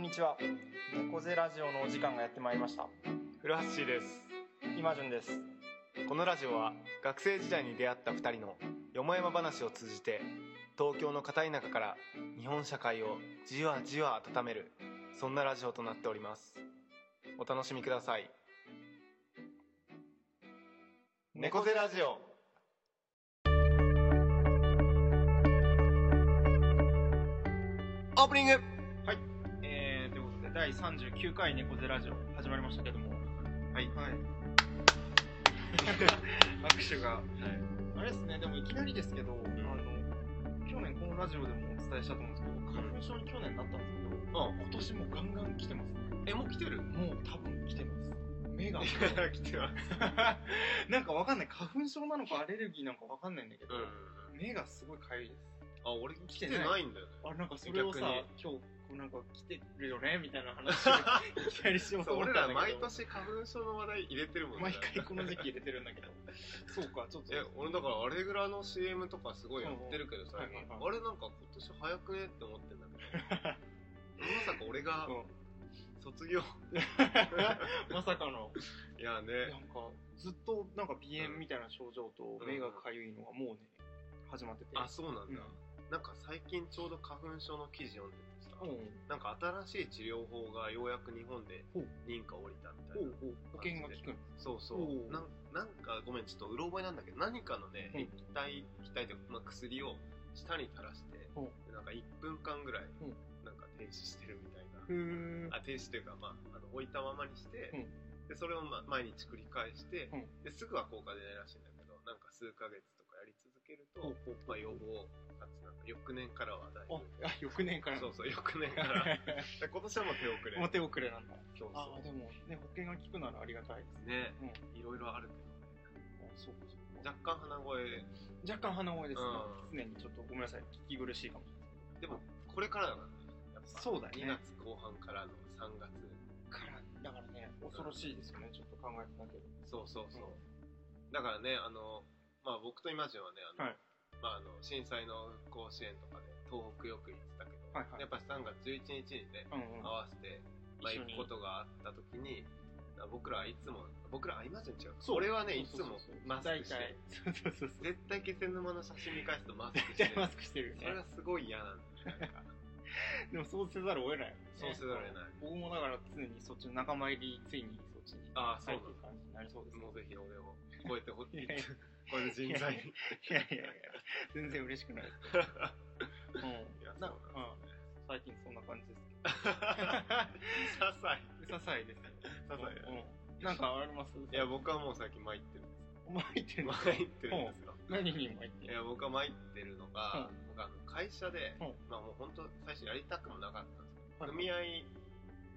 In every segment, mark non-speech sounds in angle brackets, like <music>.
にちは猫背ラジオのお時間がやってまいりました古橋です今順ですこのラジオは学生時代に出会った2人のよもやま話を通じて東京の片田舎から日本社会をじわじわ温めるそんなラジオとなっておりますお楽しみください猫背ラジオオープニングえー、ということで第39回猫背ラジオ始まりましたけどもはい <laughs> はい拍手が、あれですねでもいきなりですけど、あの去年このラジオでもお伝えしたと思うんですけど花粉症に去年なったんですけど、今年もガンガン来てますねえもう来てるもう多分来てます目が <laughs> 来てます <laughs> なんかわかんない花粉症なのかアレルギーなのかわかんないんだけど、うん目がすごいかゆいですあ俺来てないんだよねあなんかそれをさ逆に今日こうなんか来てるよねみたい <laughs> な話をいきなりしようそとう思俺ったらんだけ毎ど年花粉症の話題入れてるもんね毎回この時期入れてるんだけどそうかちょっと <laughs> え俺だからアレグラの CM とかすごいやってるけど最近、うんうんあれなんか今年早くねって思ってんだ <laughs> けどまさか俺がう卒業ん <laughs> まさかのいやなねんかずっとなんか鼻炎みたいな症状とうん目がかゆいのがもうね始まっててあそうなんだ、うなんか最近ちょうど花粉症の記事読んでてさ、んうんなんか新しい治療法がようやく日本でほう認可下りたみたおいなうおう保険が効くんそうそおううなんなんかごめんちょっとうろ覚えなんだけど何かのねうん液体液体というか、まあ、薬を舌に垂らしてほでなんか1分間ぐらいんなんか停止してるみたいな、へー <laughs> あ停止というか、まあ、あの置いたままにして、うでそれを、まあ、毎日繰り返して、うんですぐは効果出ないらしいんだけどなんか数ヶ月とかやり続けるほとう、ほうまあ、予防かつなんか翌年からはだいあぶあ翌年からそうそう翌年から <laughs> で今年はもう手遅れもう手遅れなんだそうあそでもね保険が効くならありがたいですうね、ういろいろあるけどねそうかそうか若干鼻声若干鼻声ですね、う常にちょっとごめんなさい聞き苦しいかもしれないでもこれからだからねやっぱそうだね2月後半からの3月からだからね恐ろしいですよねちょっと考えただけでそうそうそう、だからねあの、まあ、僕とイマジンはねあの、はいまあ、あの震災の甲子園とかで東北よく行ってたけはど、いはいやっぱ3月11日にねうんうん合わせて、まあ、一緒に行くことがあった時にだから僕らはいつも僕らはイマジン違うそう俺はねいそつうそうもそうマスクして大体そうそうそうそう絶対気仙沼の写真見返すとマスク絶して対マスクしてるよそねれがすごい嫌なんだよなんかでもそうせざるを得ないよねそうせざるを得ない僕もだから常にそっちの仲間入りついにそっちにああそう入ってないく感じになりそうですねのもうぜひ俺を超えてほしいいやいやこれで人材にいやいやい <laughs> や全然嬉しくないですうんいやそうななんんかですねうん最近そんな感じですけささいど些細ですねささいだねうんなんかありますいや僕はもう最近 <laughs> 参ってるんですお前言ってんの参ってるんですよ何人も言っていんのや僕は参ってるのが、う僕あの会社で、うんまあもう本当最初やりたくもなかったんですけど、はい組合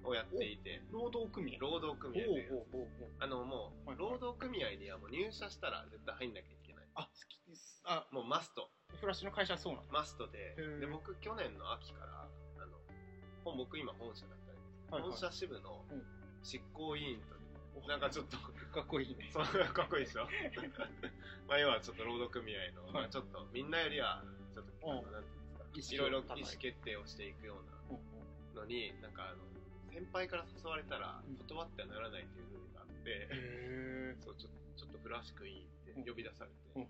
をやっていて労働組合労働組合おうでおうおうおうあのもう、はい労働組合にはもう入社したら絶対入んなきゃいけないあ好きですあもうマストフラッシュの会社はそうなのマストでーで僕去年の秋からあの本僕今本社だったり、本社支部のうん執行委員という、おなんかちょっとかっこいいねそうかっこいいで <laughs> しょまあ要はちょっと労働組合の、はいまあ、ちょっとみんなよりはちょっと、うんあのなんていうんです意かい思ろをいろ意思決定をしていくよううんなのになんかあの先輩から誘われたらうん断ってはならないというルールがあって、へそうちょちょっとフラッシュ君いいって呼び出されて、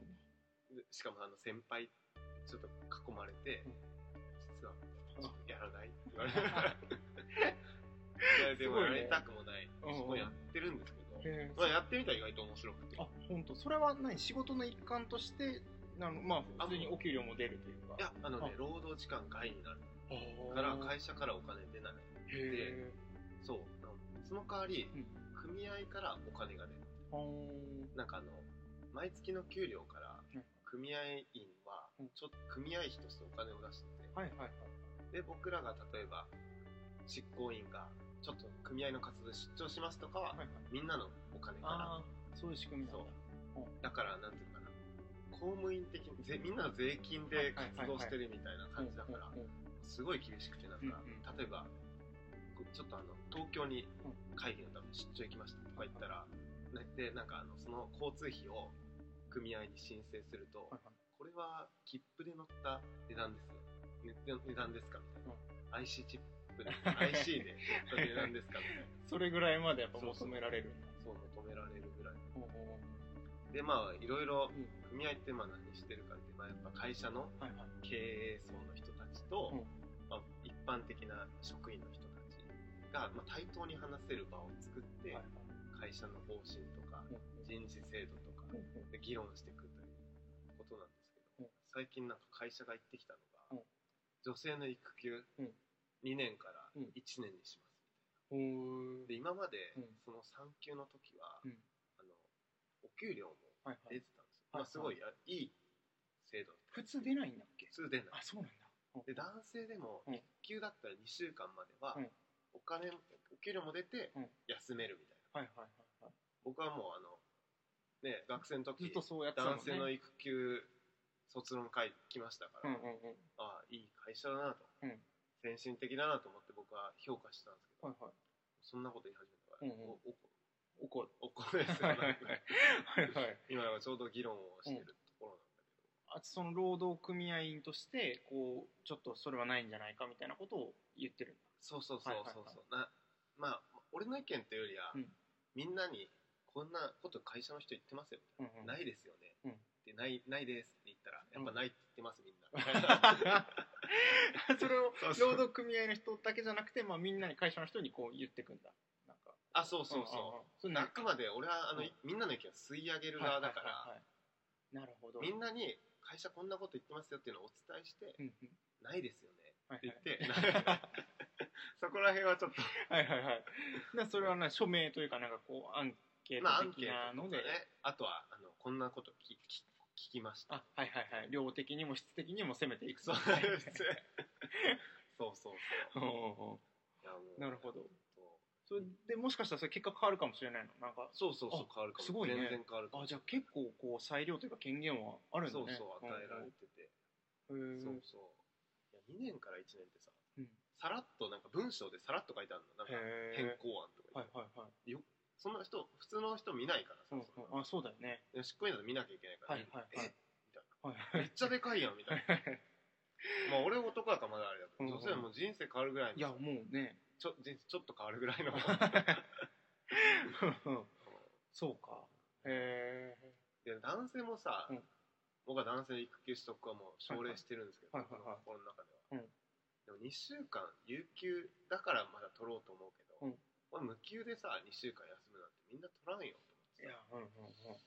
えでしかもあの先輩ちょっと囲まれて、うん実はうんちょっとやらないって言われてい <laughs> やでもすごやいねりたくもない、うんうんそこやってるんですけど、へまあ、やってみたら意外と面白くてあ本当それは何仕事の一環としてなのまあ普通にお給料も出るというかいやあのねあ労働時間外になるあーから会社からお金出ないへそうその代わり、うん組合からお金が出るーあーなんかあの毎月の給料からうん組合員はうんちょっと組合費としてお金を出してて、はいはいはいで僕らが例えば執行員がちょっと組合の活動で出張しますとかは、はいはいみんなのお金かああそういう仕組みらなんそだうだからなんていうのかな公務員的にぜみんなの税金で活動してるみたいな感じだからうんうんうんすごい厳しくてなんか、うんうん例えばこうちょっとあの東京に会議のために出張行きましたとか言ったら、ねでなんかあのその交通費を組合に申請すると、はいはいこれは切符で乗った値段ですよ、ね、値段ですかみたいな、IC チッププで IC でそれなんです <laughs> かみたいなそれぐらいまでやっぱ求められるそう求められるぐらいほうほでまあいろいろうん組合ってまあ何してるかって、まあ、やっぱ会社のうはいはい経営層の人たちと、うんまあ、一般的な職員の人たちが、まあ、対等に話せる場を作っはて、いはい会社の方針とかほう人事制度とかほうほうで議論していくということなんですけうど、ん最近なんか会社が言ってきたのが、うん女性の育休、うん2年からうん1年にしますほうで今までうんその産休の時は、うんあのお給料もはいは出いてたんですよ、はいまあ、すごいあいい制度普通出ないんだっけ普通出ないあそうなんだほうで男性でもうん育休だったら2週間まではうんお金お給料も出てうん休めるみたいなはいはいはいはい僕はもうあのね学生の時ずっとそうやってたもん男ね性の育休卒論会来ましたかうら、んうんうんああいい会社だなと、うん先進的だなと思って僕は評価してたんですけど、はいはいそんなこと言い始めたから、うんうんおお怒るおこですよはいはいはいはい今なんかちょうど議論をしてるところなんだけど、あその労働組合員としてこうちょっとそれはないんじゃないかみたいなことを言ってるそうそうそうそうそう、なまあ俺の意見というよりは、うんみんなにこんなこと会社の人言ってますよ、うんうんないですよね、うんでないないですって言ったらやっぱないって言ってますみ <laughs> んな、 <laughs> それをそうそう労働組合の人だけじゃなくて、まあ、みんなに会社の人にこう言ってくんだなんかあそうそうそう、うんうんうんそれあくまで俺はあうの、んみんなの意見を吸い上げるはいは側いはいだから、はいなるほどみんなに会社こんなこと言ってますよっていうのをお伝えして、うんうんないですよねはいって言って、そこら辺 <laughs> はちょっとはいはいはいでそれ <laughs> はな署名というかなんかこうアンケーまあアント的ケーなトのとで、かねあとはあのこんなこと聞き聞きましたあはいはいはい量的にも質的にも攻めていくそう <laughs> はいはい <laughs> そうそうそうおうおうおいやもううなるほどそうそれでもしかしたらそれ結果変わるかもしれないのなんかそうそうそうあ変わるかもすごいね全然変わるかもあじゃあ結構こう裁量というか権限はあるんだそうねそう与えられてて、うんそううんそういや2年から1年ってさ、うんさらっとなんか文章でさらっと書いてあるのなんかへ変え更案とか言って、はいはいはいそんな人普通の人見ないからうさ、んうん、あそうだよねで執行員だと見なきゃいけないから、はいはいはいえはいめ <laughs> っちゃでかいやんみたいなまあ俺男だからまだあれだけうんうんど女性はもう人生変わるぐらいのいやもう <laughs> ねちょ人生ちょっと変わるぐらいのそうかへえで男性もさ、うん僕は男性の育休取得はもう奨励してるんですけど、はいはいはいはい僕の心の中うんでは、でも2週間有給だからまだ取ろうと思うけど、うん俺無給でさ2週間休むなんてみんな取らんよとい思ってやうんうんうさん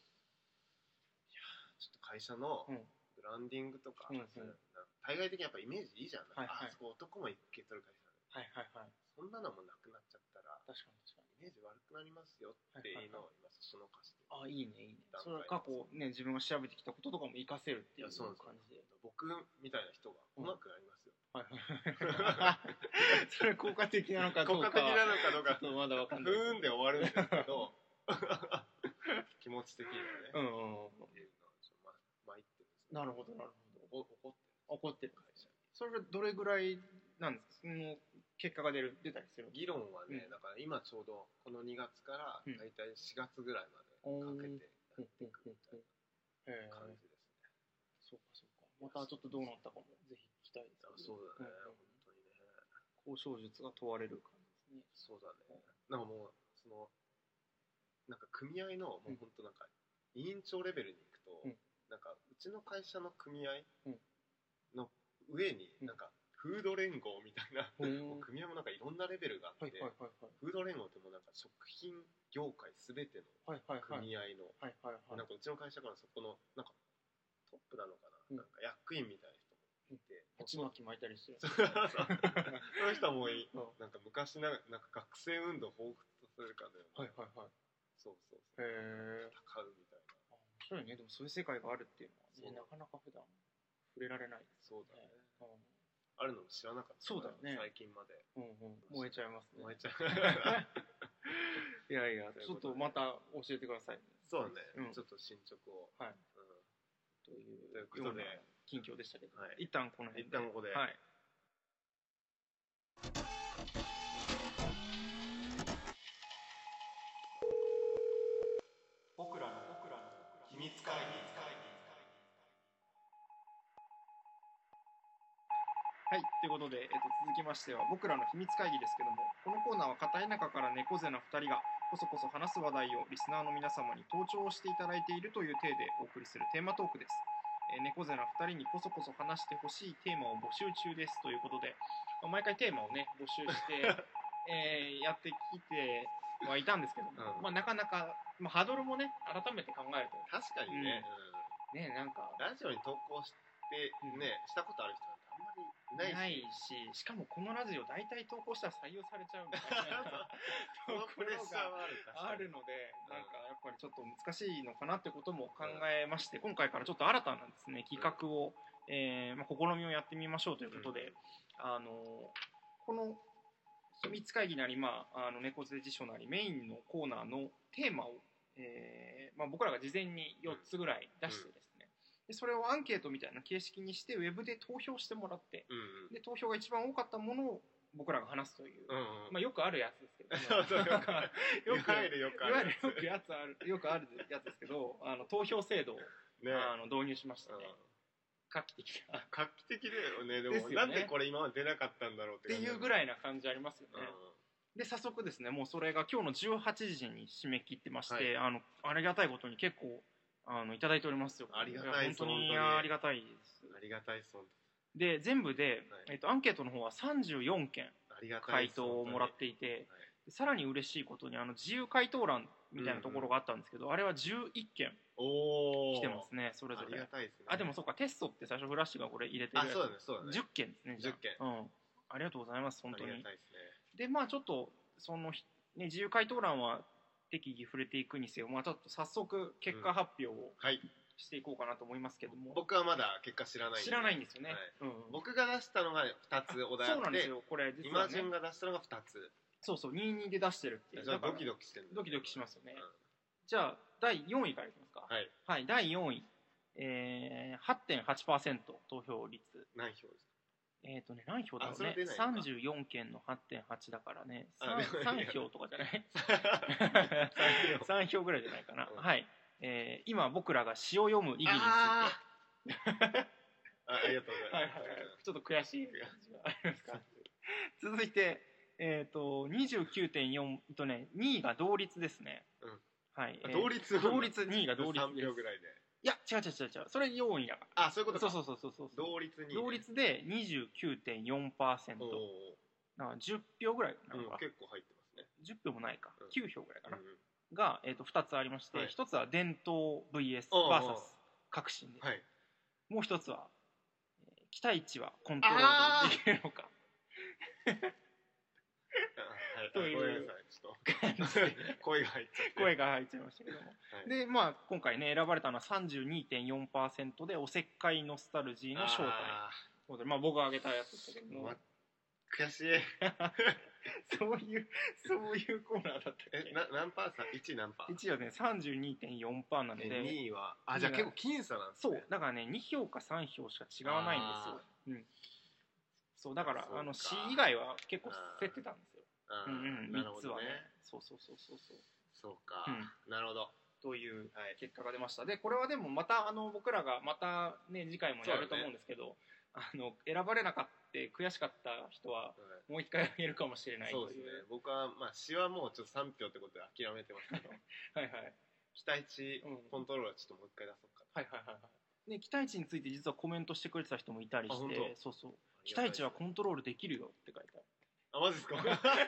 ちょっと会社のうんブランディングとか、うんうんそういうなんか対外的にやっぱイメージいいじゃん、はいはいあそこ男も育休取る会社はいはいはいそんなのもなくなっちゃったら確かに確かイメージ悪くなりますよっていうのを今そのかして、にあいいねいいね段そ階れは過去ね自分が調べてきたこととかも活かせるっていういやそうなんです感よじで僕みたいな人が来なくなりますよ、はいはいはい <laughs> それ効果的なのかどうか効果的なのかどうかちょっとまだわふかんないーんで終わるんですけ <laughs> ど気持ち的にうはんね、うんうんっていうのはちょっとま参ってるんですなるほどなるほどほど怒って怒ってるる会社それはどれぐらいなんですかその結果が出る出たりする議論はね、うんだから今ちょうどこの2月からうん大体4月ぐらいまでかけてやっていくみたいへえな感じですね、そうかそうかまたちょっとどうなったかもぜひ聞きたいですあねそうだうんね、うん本当にね交渉術が問われる感じですねそうだね。なんかもう、その、なんか組合の、もうんう本当なんか、委員長レベルに行くと、うんなんか、うちの会社の組合うんの上に、うんなんか、フード連合みたいな、ほうもう組合もなんかいろんなレベルがあはっいて、はいはいはいフード連合ってもうなんか食品業界すべてのはいはいはい組合の、はいはいはいなんかうちの会社からそこの、なんか、トップなのかな、うんなんか役員みたいな人もいて、鉢巻き巻いたりして <laughs> るそうそうその人はもういうんなんか昔な、なんか学生運動を彷彿とするかのようはいな、はいはいそうそうへそう、え戦うみたいな、面白いねでもそういう世界があるっていうのはねそうなかなか普段触れられないですそうだねね。うんあるのも知らなかったからそうだよね最近まで。うんうん、燃えちゃいますね燃えちゃう。 <laughs> いやい <laughs> やというちょこっとでとまた教えてくださいそうだうねん、ちょっと進捗を。はいうんというということでような近況でしたけど、はい一旦この辺一で旦ここで、はい僕らの僕らの秘密会議。はい、ということで、えっと、続きましては僕らの秘密会議ですけども、このコーナーは片田舎から猫背な2人が、こそこそ話す話題をリスナーの皆様に登聴していただいているという体でお送りするテーマトークです。えー猫背な2人にこそこそ話してほしいテーマを募集中ですということで、まあ毎回テーマをね、募集 <laughs> して、えーやってきてはいたんですけども、うまあ、んなかなか、まあ、ハードルもね、改めて考えると、確かにね、ね、なんか、うんラジオに投稿してね、したことある人なんてあんまりなないし。いし、しかもこのラジオ大体投稿したら採用されちゃうみたい <laughs> なそのとこプレッろシャがーはあるあるの。ので、うんなんかやっぱりちょっと難しいのかなってことも考えまして、今回からちょっと新たなですね、企画を、えーまあ、試みをやってみましょうということで、あの、この秘密会議なり、まあ、あの猫背辞書なりメインのコーナーのテーマを、えーまあ、僕らが事前に4つぐらい出してですね、でそれをアンケートみたいな形式にしてウェブで投票してもらってうんで投票が一番多かったものを僕らが話すという、うん。うん。まあ、よくあるやつですけどそうそうよくあよよくくああるるよいくわあゆるる。よくやつあるよくあるやつですけどあの投票制度を、ね。あの導入しましたねうん画期的なっ画期的だよね。ででも、すよねなんでこれ今まで出なかったんだろうってて感じ。いうぐい。らいな感じありますよね、で早速ですねもうそれが今日の18時に締め切ってまして、はいあのありがたいことに結構あのいただいておりますよありがたいやです本当に本当にありがたいですありがたいです、本で全部で、はいえっと、アンケートの方は34件当ありがた回いです。答をもらっていて本当に。はいさらに嬉しいことにあの自由回答欄みたいなところがあったんですけど、あれは11件おー。来てますねそれぞありがれたいですね。あでもそうかテストって最初フラッシュがこれ入れてるあ、やつそうだね、そうだね。 10件ですねじゃあ10件うんありがとうございます本当ありにがたいですね。でまあちょっとその、ひね、自由回答欄は適宜触れていくにせよ、まあ、ちょっと早速結果発表をはい。していこうかなと思いますけども、僕はまだ結果知らない。知らないんですよね、はいうん僕が出したのが2つお題そあうなっんですて、よこれイ実は、マねジ、ンが出したのが2つ。そうそう22で出してるっていうじゃあだからドキドキしてるんだドキドキしますよねうんじゃあ第4位からいきますかはい。はい、第4位、えー、8.8%投票率。何票ですえっ、とね、何票だろあうそれね出ない。のか34件の8.8だからね、あでも 3, いや票とかじゃない <laughs> <laughs> か ?3 票ぐらいじゃないかな。うんはい。えー今僕らが詩を読む意義について、 <laughs> <laughs> あはいはいはいーあありがとうございます。ちょっと悔しい感じがありますか。続いて、えっ、と、29.4、えっとね、2位が同率ですね。うんはい。えー同率同率、2位が同率3です。票ぐらいで。いや、違う違う違う違う。それ4位だかあ、そういうこら。とそかうそうそうそうそう。同率に。同率で29.4%おーだから10票ぐらいかな、うんこれ結構入ってますね。 10票もないかうん9票ぐらいかな、うんうんが、えー、と2つありまして、はい1つは伝統 VSVS おうおう革新で、はい。もう1つは、えー期待値はコントロールできるの <laughs> かあはいというあごめんなさい。ちょっ感じでと声が入っちゃって。声が入っちゃいましたけども、はいでまあ今回ね選ばれたのは32.4%でおせっかいノスタルジーの正体あということでまあ僕が挙げたやつですけーどもま悔しい。そういうそういうコーナーだったっえ、けな何パーさん ?1 何パー一応ね32.4%なのでえ2位は、あ、じゃあ結構僅差なんですそねう。だからね2票か3票しか違わないんですよ、うん、そうだからそうかあの C 以外は結構競ってたんですよ、あうーんうん、なるほ3つどはねね。そうそうそうそうそうそうかうん。なるほど。という結果が出ましたでこれはでもまたあの僕らがまたね次回もやると思うんですけど、あの選ばれなかった悔しかった人はうんもう一回あげるかもしれないといそううですね。僕は、まあ、詩はもうちょっと3票ってことで諦めてま <laughs> すけど、はいはい、期待値うん、コントロールはちょっともう一回出そうかはいはいはいはいね期待値について実はコメントしてくれてた人もいたりあし本て当そうそうな。期待値はコントロールできるよって書いてあるあ、マジですか <laughs>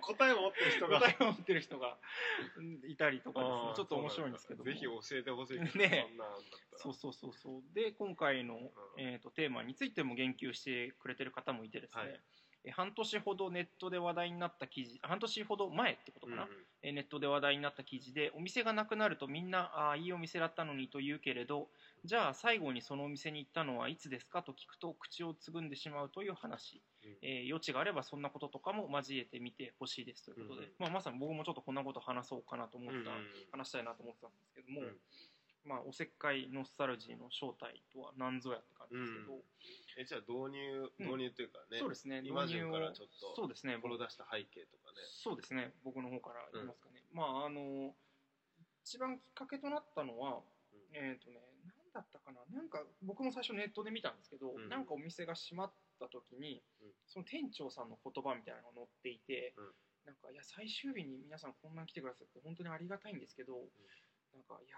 答えを持ってる人が。答 <laughs> えを持ってる人がうんいたりとかですねあーちょっと面白いんですけどもぜひ教えてほしいですねそんなんだったらそうそうそうそうで今回の、えー、とテーマについても言及してくれてる方もいてですね、はいえ半年ほどネットで話題になった記事半年ほど前ってことうんかうんな、えネットで話題になった記事でお店がなくなるとみんなあーいいお店だったのにと言うけれどじゃあ最後にそのお店に行ったのはいつですかと聞くと口をつぐんでしまうという話、うんえー余地があればそんなこととかも交えてみてほしいですということで、うんうんまあ、まさに僕もちょっとこんなこと話そうかなと思っうんうんた、話したいなと思ってたんですけども、うんまあ、おせっかいノスタルジーの正体とは何ぞやって感じですけど、うえじゃあ導入、うん導入というかね、そうですねイマジン導入をからちょっとそうですねこれを出した背景とかね。そうですね僕の方から言いますかね、まああの一番きっかけとなったのは、うんえっ、とねだったかななんか僕も最初ネットで見たんですけど、うんなんかお店が閉まった時に、うんその店長さんの言葉みたいなのが載っていて、うんなんかいや最終日に皆さんこんなに来てくださって本当にありがたいんですけど、なんかいや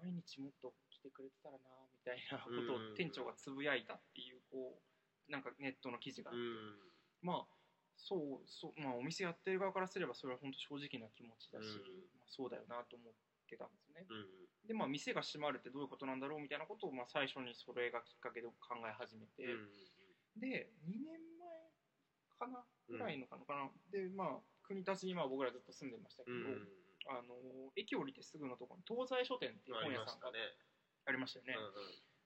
ー毎日もっと来てくれてたらなみたいなことうんうんうをん店長がつぶやいたっていうこうなんかネットの記事があって、うんまあそうそう、まあ、お店やってる側からすればそれは本当正直な気持ちだし、うんまあ、そうだよなと思ってたんですね。うんでまあ店が閉まるってどういうことなんだろうみたいなことを、まあ、最初にそれがきっかけで考え始めて、で2年前かなぐらいのかなかな、でまあ国立に今僕らずっと住んでましたけうど、んうんあの駅降りてすぐのところに東西書店っていうあ本り屋まさんしがたねありましたよね、う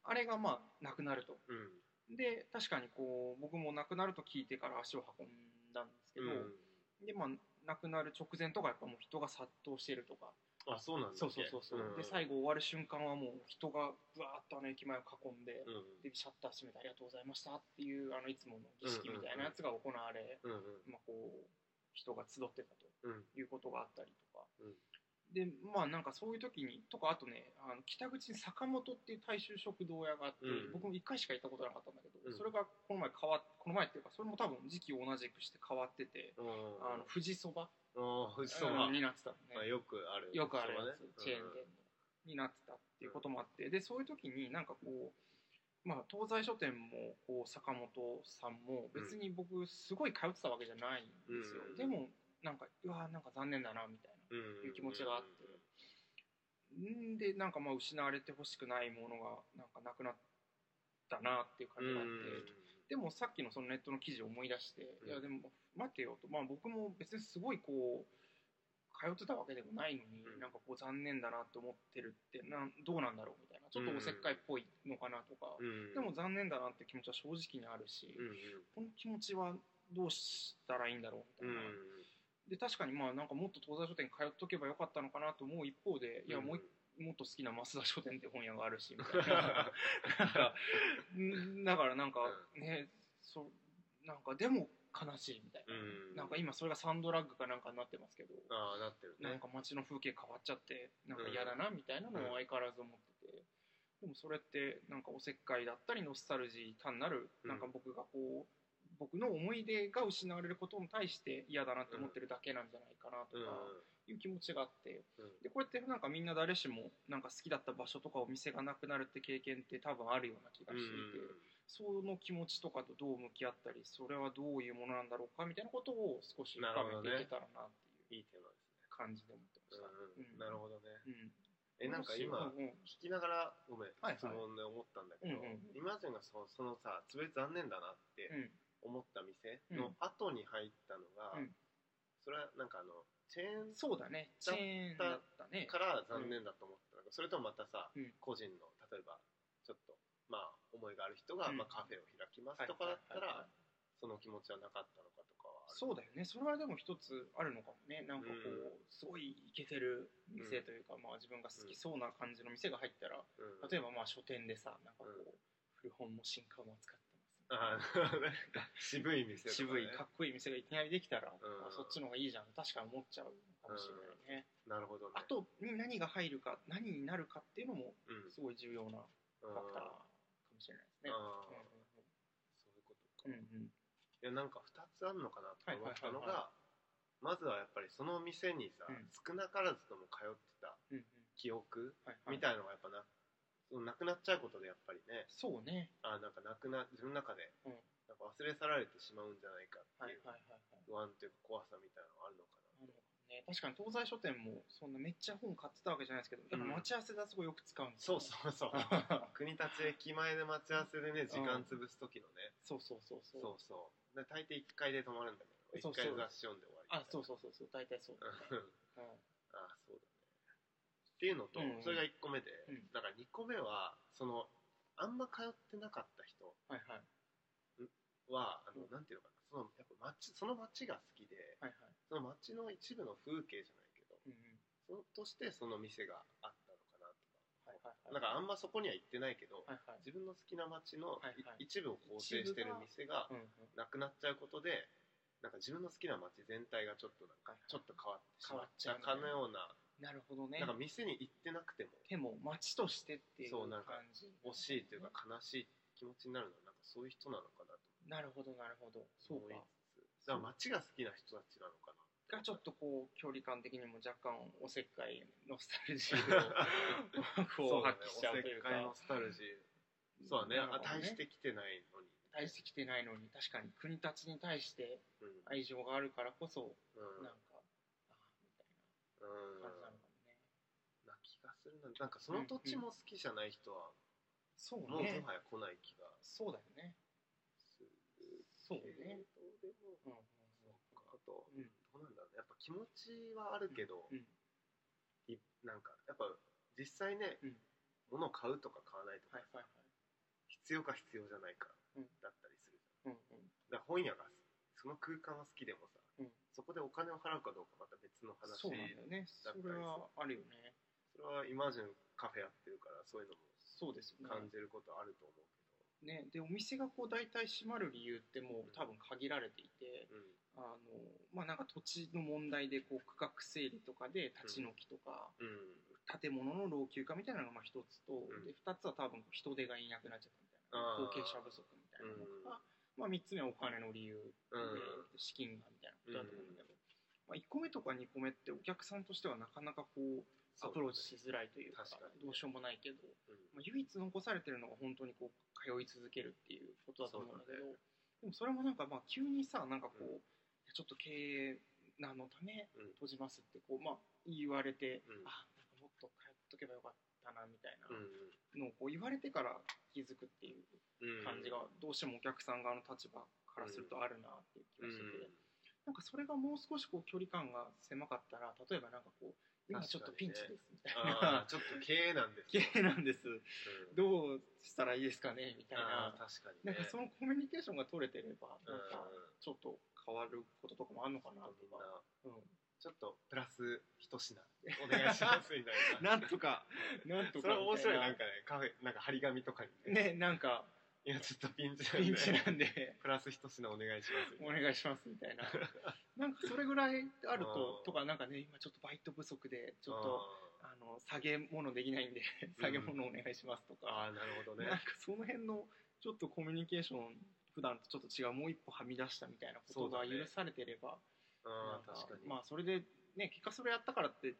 あれがまあなくなるとんうんで確かにこう僕もなくなると聞いてから足を運んだんですけど、うんでまあなくなる直前とかやっぱもう人が殺到してるとかあそうなんだっけそうそうそうそう、んで最後終わる瞬間はもう人がぶわーっとあの駅前を囲んで,、うんでシャッター閉めてありがとうございましたっていうあのいつもの儀式みたいなやつが行われ、うんうんまあ、こう人が集ってたうんということがあったりとか、うんでまあなんかそういう時にとかあとねあの北口に坂本っていう大衆食堂屋があって、うん僕も1回しか行ったことなかったんだけど、うんそれがこの前変わっこの前っていうかそれも多分時期を同じくして変わってて、うんあの富士そばあー富士そばうんになってたのね、まあよくあるよくあるやそばねつ、チェーン店のになってたっていうこともあって、でそういう時になんかこう、まあ、東西書店もこう坂本さんもうん別に僕すごい通ってたわけじゃないんですよ、うんでもなんかうわーなんか残念だなみたいうんいう気持ちがあってな、んでなんかまあ失われてほしくないものがなんかなくなったなっていう感うじんがあって。でもさっきのそのネットの記事を思い出して、ういんやでも待てよと、まあ、僕も別にすごいこう通ってたわけでもないのに、うんなんかこう残念だなと思ってるってなんどうなんだろうみたいなちょっとおせっかいっぽいのかなとか、うんでも残念だなって気持ちは正直にあるし、うこのん気持ちはどうしたらいいんだろううみんたいな、で確かにまあなんかもっと東西書店通っとけばよかったのかなと思う一方でいやもう一もっと好きな増田書店って本屋があるしみた <laughs> いな。んだからなんかね、そうなんかでも悲しいみたいな、うんなんか今それがサンドラッグかなんかになってますけど、ああなってるねなんか街の風景変わっちゃってなんか嫌だなみたいなのを相変わらず思ってて、でもそれってなんかおせっかいだったりノスタルジー単なるうんなんか僕がこう僕の思い出が失われることに対して嫌だなって思ってるだけなんじゃないかなとうんかいう気持ちがあって、うんでこうやってなんかみんな誰しもなんか好きだった場所とかお店がなくなるって経験って多分あるような気がうしていて。んその気持ちとかとどう向き合ったりそれはどういうものなんだろうかみたいなことを少し深めていけたらなっていういいテーマ感ですねじで思ってました。うんうんなるほどねうんうんえなんかう今んうん聞きながらごめんはいはい質問で思ったんだけどうんうん今じゃがそそのさつべ残念だなって思った店の後に入ったのがうんそれはなんかあのチェーンそうだねチェーンだったね。から残念だと思ったのかそれともまたさうん個人の例えばちょっとまあ思いがある人がうんまあカフェを開きますとかだったはいはいはいはいらその気持ちはなかったのかとかはあるそうだよねそれはでも一つあるのかもねなんかこう、うすごいイケてる店というか、まあ、自分が好きそうな感じの店が入ったらうん例えばまあ書店でさなんかこう、うん古本も新刊も扱ってますあーなんか渋い店とかね渋いかっこいい店がいきなりできたら、んあそっちの方がいいじゃん確かに思っちゃうかもしれないね、なるほどねあとに何が入るか何になるかっていうのもうんすごい重要なうファんクターかもしれないですねあーそうんういうことかうんうんいやなんか2つあるのかなと思ったのはいはいはいがまずはやっぱりその店にさうん少なからずとも通ってたうんうん記憶はいはいみたいのがやっぱなそのなくなっちゃうことでやっぱりねそうねあーなんかなくな自分の中でうんなんか忘れ去られてしまうんじゃないかっはいてはいいうはいはい不安というか怖さみたいなのがあるのかあのね、確かに東西書店もそんなめっちゃ本買ってたわけじゃないですけど、やっぱ待ち合わせがすごいよく使うんなですよそうそそうそう国立駅前で待ち合わせでね時間潰す時のねう <laughs> そうそうそうそうそうで大抵1階で泊まるんだけどそうそう1階で雑誌読んで終わりあそううそうそうそう大体そうだね、うんあ <laughs> あそうだねっていうのと、うんうんそれが1個目で、うんだから2個目はそのあんま通ってなかった人はいはいはあの、うんなんていうのかなそのやっぱ街その街が好きではいはいその街の一部の風景じゃないけどうんうんそのとしてその店があったのかなはいとか、はいはいだからあんまそこには行ってないけど、はいはい自分の好きな街の、はいはいい一部を構成してる店がうんうんなくなっちゃうことでなんか自分の好きな街全体がちょっとなんかはいはいちょっと変わってし変まわっっちたゃうねかのようななるほどねなんか店に行ってなくてもでも街としてっていうそうな感んかじ惜しいというか悲しい気持ちになるのはなんかそういう人なのかななるほどなるほどとそう思いかつつだから街が好きな人たちなの <laughs> かながちょっとこう距離感的にも若干おせっかいノスタルジ <laughs> <laughs> ーをこう発揮しちゃうというかそうだねおせっかいノスタルジーそうだねなるほあど大してきてないのに大してきてないのに確かに国たちに対してうん愛情があるからこそうんなんかああみたいうんな感じなのかもねな気がするななんかその土地も好きじゃない人はそうもうもねはや来ない気がそうだよねするそうけれねどでもうんうんそっかあとうんどうなんだろうねやっぱ気持ちはあるけど、うんいなんかやっぱ実際ね、うん物を買うとか買わないとはか、いはいはい必要か必要じゃないかうんだったりするうんうんだから本屋がその空間は好きでもさ、うんそこでお金を払うかどうかまた別の話そうなんだよねだったりそれはあるよねそれはイマジンカフェやってるからそういうのそうですよもね感じることあると思うね、でお店がこう大体閉まる理由ってもううん多分限られていてけあど、の、まあ、なんか土地の問題でこう区画整理とかで立ち退きとか、うん建物の老朽化みたいなのがまあ一つと、んで二つは多分人手がいなくなっちゃったみたいあーな後継者不足みたいなのが、まあ、3つ目はお金の理由で、うん資金がみたいなことだと思うんだけど、まあ、1個目とか2個目ってお客さんとしてはなかなかこうアプローチしづらいというか確かにどうしようもないけど。うんまあ、唯一残されてるのが本当にこう通い続けるっていうことだと思うんだけどそうだねでもそれもなんかまあ急にさなんかこう、うんいやちょっと経営何のためうん閉じますってこう、まあ、言われて、うんあなんかもっと通っとけばよかったなみたいうんなのをこう言われてから気づくっていううん感じがどうしてもお客さん側の立場からするとあるなっていう気がうんしてて、なんかそれがもう少しこう距離感が狭かったら例えばなんかこう今ちょっとピンチですみたいあ <laughs> なーちょっと経営なんです経営なんですうんどうしたらいいですかねみたいあーな、確かになんねかそのコミュニケーションが取れてれば、うんなんかちょっと変わることとかもあるのかなとみんなか、うんちょっとプラス一品お願いしますみたいななんとか、なんとかみたいな、それは面白いなんかねカフェなんか張り紙とかにね、なんか、いやちょっとピンチなんピでンチ <laughs> なんで、プラス一品お願いしますお願いしますみたいな、 <laughs> なんかそれぐらいあるとうん、とか、なんかね、今ちょっとバイト不足で、ちょっとあの下げ物できないんで、下げ物お願いしますとか、あーあーなるほどねなんかその辺のちょっとコミュニケーション、普段とちょっと違う、もう一歩はみ出したみたいなことが許されてれば。あなんーか確かにまあそれでね結果それやったからってう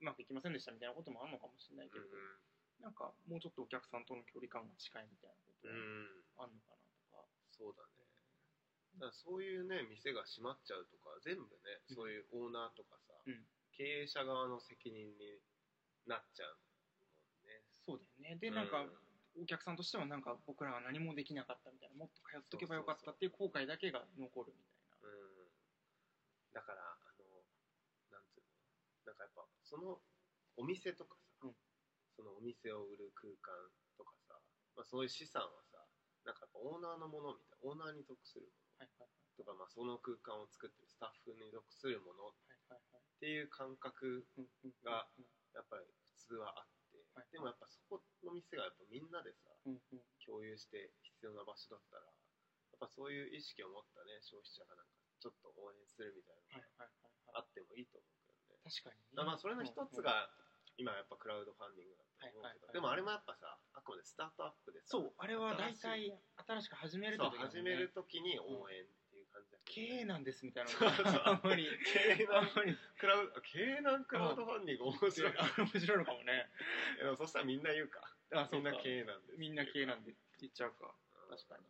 まくいきませんでしたみたいなこともあるのかもしれないけうど、んなんかもうちょっとお客さんとの距離感が近いみたいなことうがんあるのかなとか、そうだねだからそういうね店が閉まっちゃうとか全部ねうんそういうオーナーとかさうん経営者側の責任になっちゃうもんねそうだよねでなんかうお客さんとしてはなんか僕らは何もできなかったみたいなもっと通っとけばよかったっていう後悔だけが残るみたいなうんだからあのなんていうのなんかやっぱそのお店とかさ、うんそのお店を売る空間とかさ、まあ、そういう資産はさなんかやっぱオーナーのものみたいなオーナーに属するものはいはいとか、まあ、その空間を作ってるスタッフに属するものっはいはいはいていう感覚うんうんがやっぱり普通はあって、はいでもやっぱそこの店がやっぱみんなでさうんうんうん共有して必要な場所だったらやっぱそういう意識を持ったね消費者がなんかちょっと応援するみたいなはいはいはいはいのがあってもいいと思うけどね。確かにねだからまあそれの一つが今やっぱクラウドファンディングだと思うけど、はいはいはいでもあれもやっぱさあくまでスタートアップでさそうあれは大体新しく始めるそう時始める時に応援っていう感じだ経営けどなんね、ですみたいなそうそうのがあんまり経 <laughs> 営あなんん <laughs> まりクラウド経営なんクラウドファンディング面白いあ面白いのかもねいやでもそしたらみんな言うかあみんな経営なんですみんな経営なんでで言っちゃうか確確かかに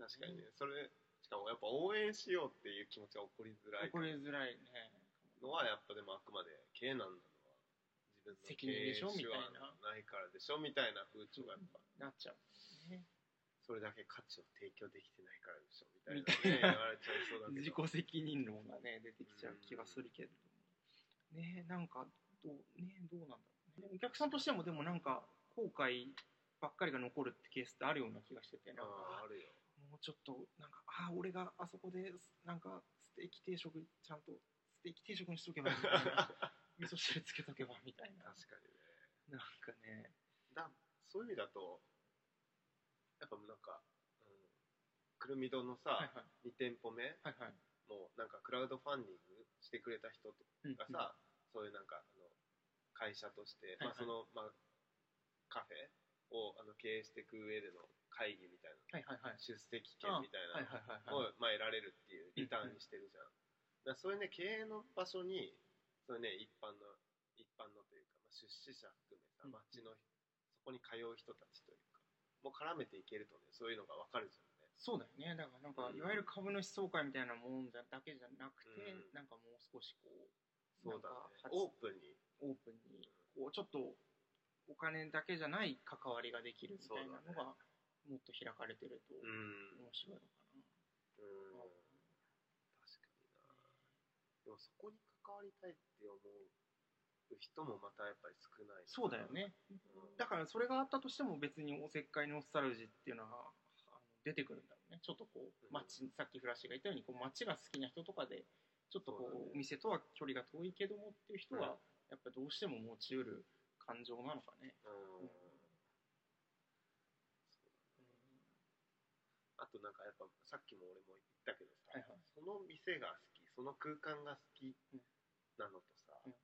に確かにねそれしかもやっぱ応援しようっていう気持ちが起こりづらい怒りづらいねのはやっぱでもあくまで経営なんだのは自分の責任でしょみたいな経営手腕ないからでしょみたいな風潮がやっぱなっちゃうねそれだけ価値を提供できてないからでしょみみたたいなねいな言われちゃいそうだ <laughs> けど自己責任論がね出てきちゃう気がするけれどもねなんかどうねどうなんだろうねお客さんとしてもでもなんか後悔ばっかりが残るってケースってあるような気がしててなんああかある <laughs> よもうちょっとなんかああ俺があそこでなんかステーキ定食ちゃんとステーキ定食にしとけばみたい <laughs> な味噌汁つけとけばみたいな確かにねなんかねだそういう意味だとやっぱなんか、うん、くるみ堂はのいさ、はい二2店舗目はいはいもうなんかクラウドファンディングしてくれた人とうんかさ、そういうなんかあの会社として、はいまあ、その、まあ、カフェをあの経営していく上での会議みたいはな、いはいはい出席権みたいはいなはいはいはいを、まあ、得られるっていうリターンにしてるじゃん。だからそれね、経営の場所に、それね、一般の、一般のというか、まあ、出資者含めたうん町の、そこに通う人たちというか、もう絡めていけるとね、そういうのがわかるじゃんね。そうだよねだからなんかうんいわゆる株主総会みたいなもんじゃだけじゃなくて、うんなんかもう少しこうそうだなんかね。初オープンに。オープンにこうちょっとお金だけじゃない関わりができるみたいなのそうだがもっと開かれてると面ん白いのかうんな、確かになでもそこに関わりたいって思う人もまたやっぱり少ないそうだよねだかららそれがあったとしても別におせっかいのノスタルジーっていうのはあの出てくるんだろうねちょっとこうんう街さっきフラッシュが言ったようにこう街が好きな人とかでちょっとこそうだうねお店とは距離が遠いけどもっていう人うんはやっぱどうしても持ちうる感情なのかね、うんあとなんかやっぱさっきも俺も言ったけどさ、はいはいその店が好きその空間が好きうんなのとさ、うん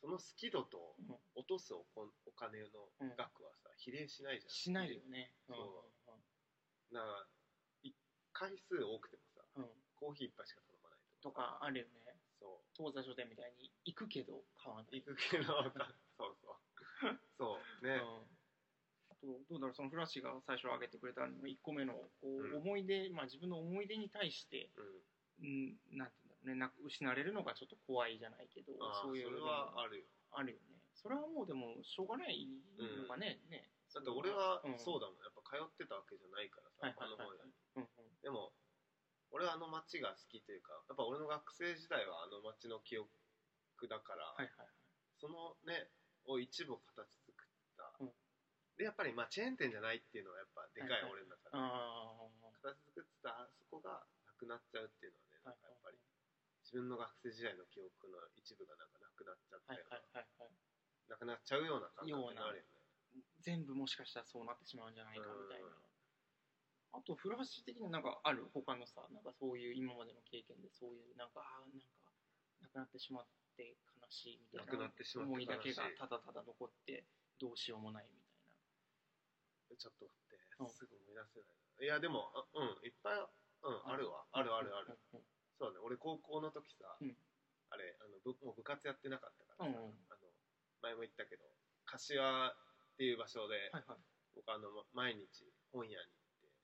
その好き度とうん落とすおこお金の額はさ、比例しないじゃんしないよねそううんなあい回数多くてもさうんうんコーヒー一杯しか頼まないととかあるよねそう東座書店みたいに行くけど買わない行くけど、そうそう。そううんね。あとどうだろうそのフラッシュが最初挙げてくれた1個目のこううん思い出、まあ、自分の思い出に対して、うん。うん、なんていうんだろうねなく失われるのがちょっと怖いじゃないけどああ、そそういれうのはああるよ。るよねそれはもうでもしょうがないのかね、ねだって俺はそうだ、だもん。やっぱ通ってたわけじゃないかはらいさ、はいあはいの方に。うんうんでも、俺はあの街が好きというか、やっぱ俺の学生時代はあの街の記憶だから、はいはいそのね、を一部を形作った。うんで、やっぱりまあチェーン店じゃないっていうのはやっぱでかはいいはい俺の中で。あー形作ってたあそこがなくなっちゃうっていうのはね、なはんいかやっぱり自分の学生時代の記憶の一部がなんかなくなっちゃったはいようはなはいいはいなくなっちゃうような感覚になるよね。全部もしかしたらそうなってしまうんじゃないかみたいなうんあとフラッシュ的ななんかある他のさなんかそういう今までの経験でそういうなんかあーなんかなくなってしまって悲しいみたいなくなってしまって思悲いしいだけがただただ残ってどうしようもないみたいなちょっと待ってうん、すぐ思い出せないな。いや、でも、あうん、いっぱい、うん、あるわ。あるあるある。うんそうだね、俺高校の時さ、うんあれ、あの部もう部活やってなかったからうさ、んうんあの前も言ったけど、柏っていう場所で、はいはい僕あの、ま毎日本屋に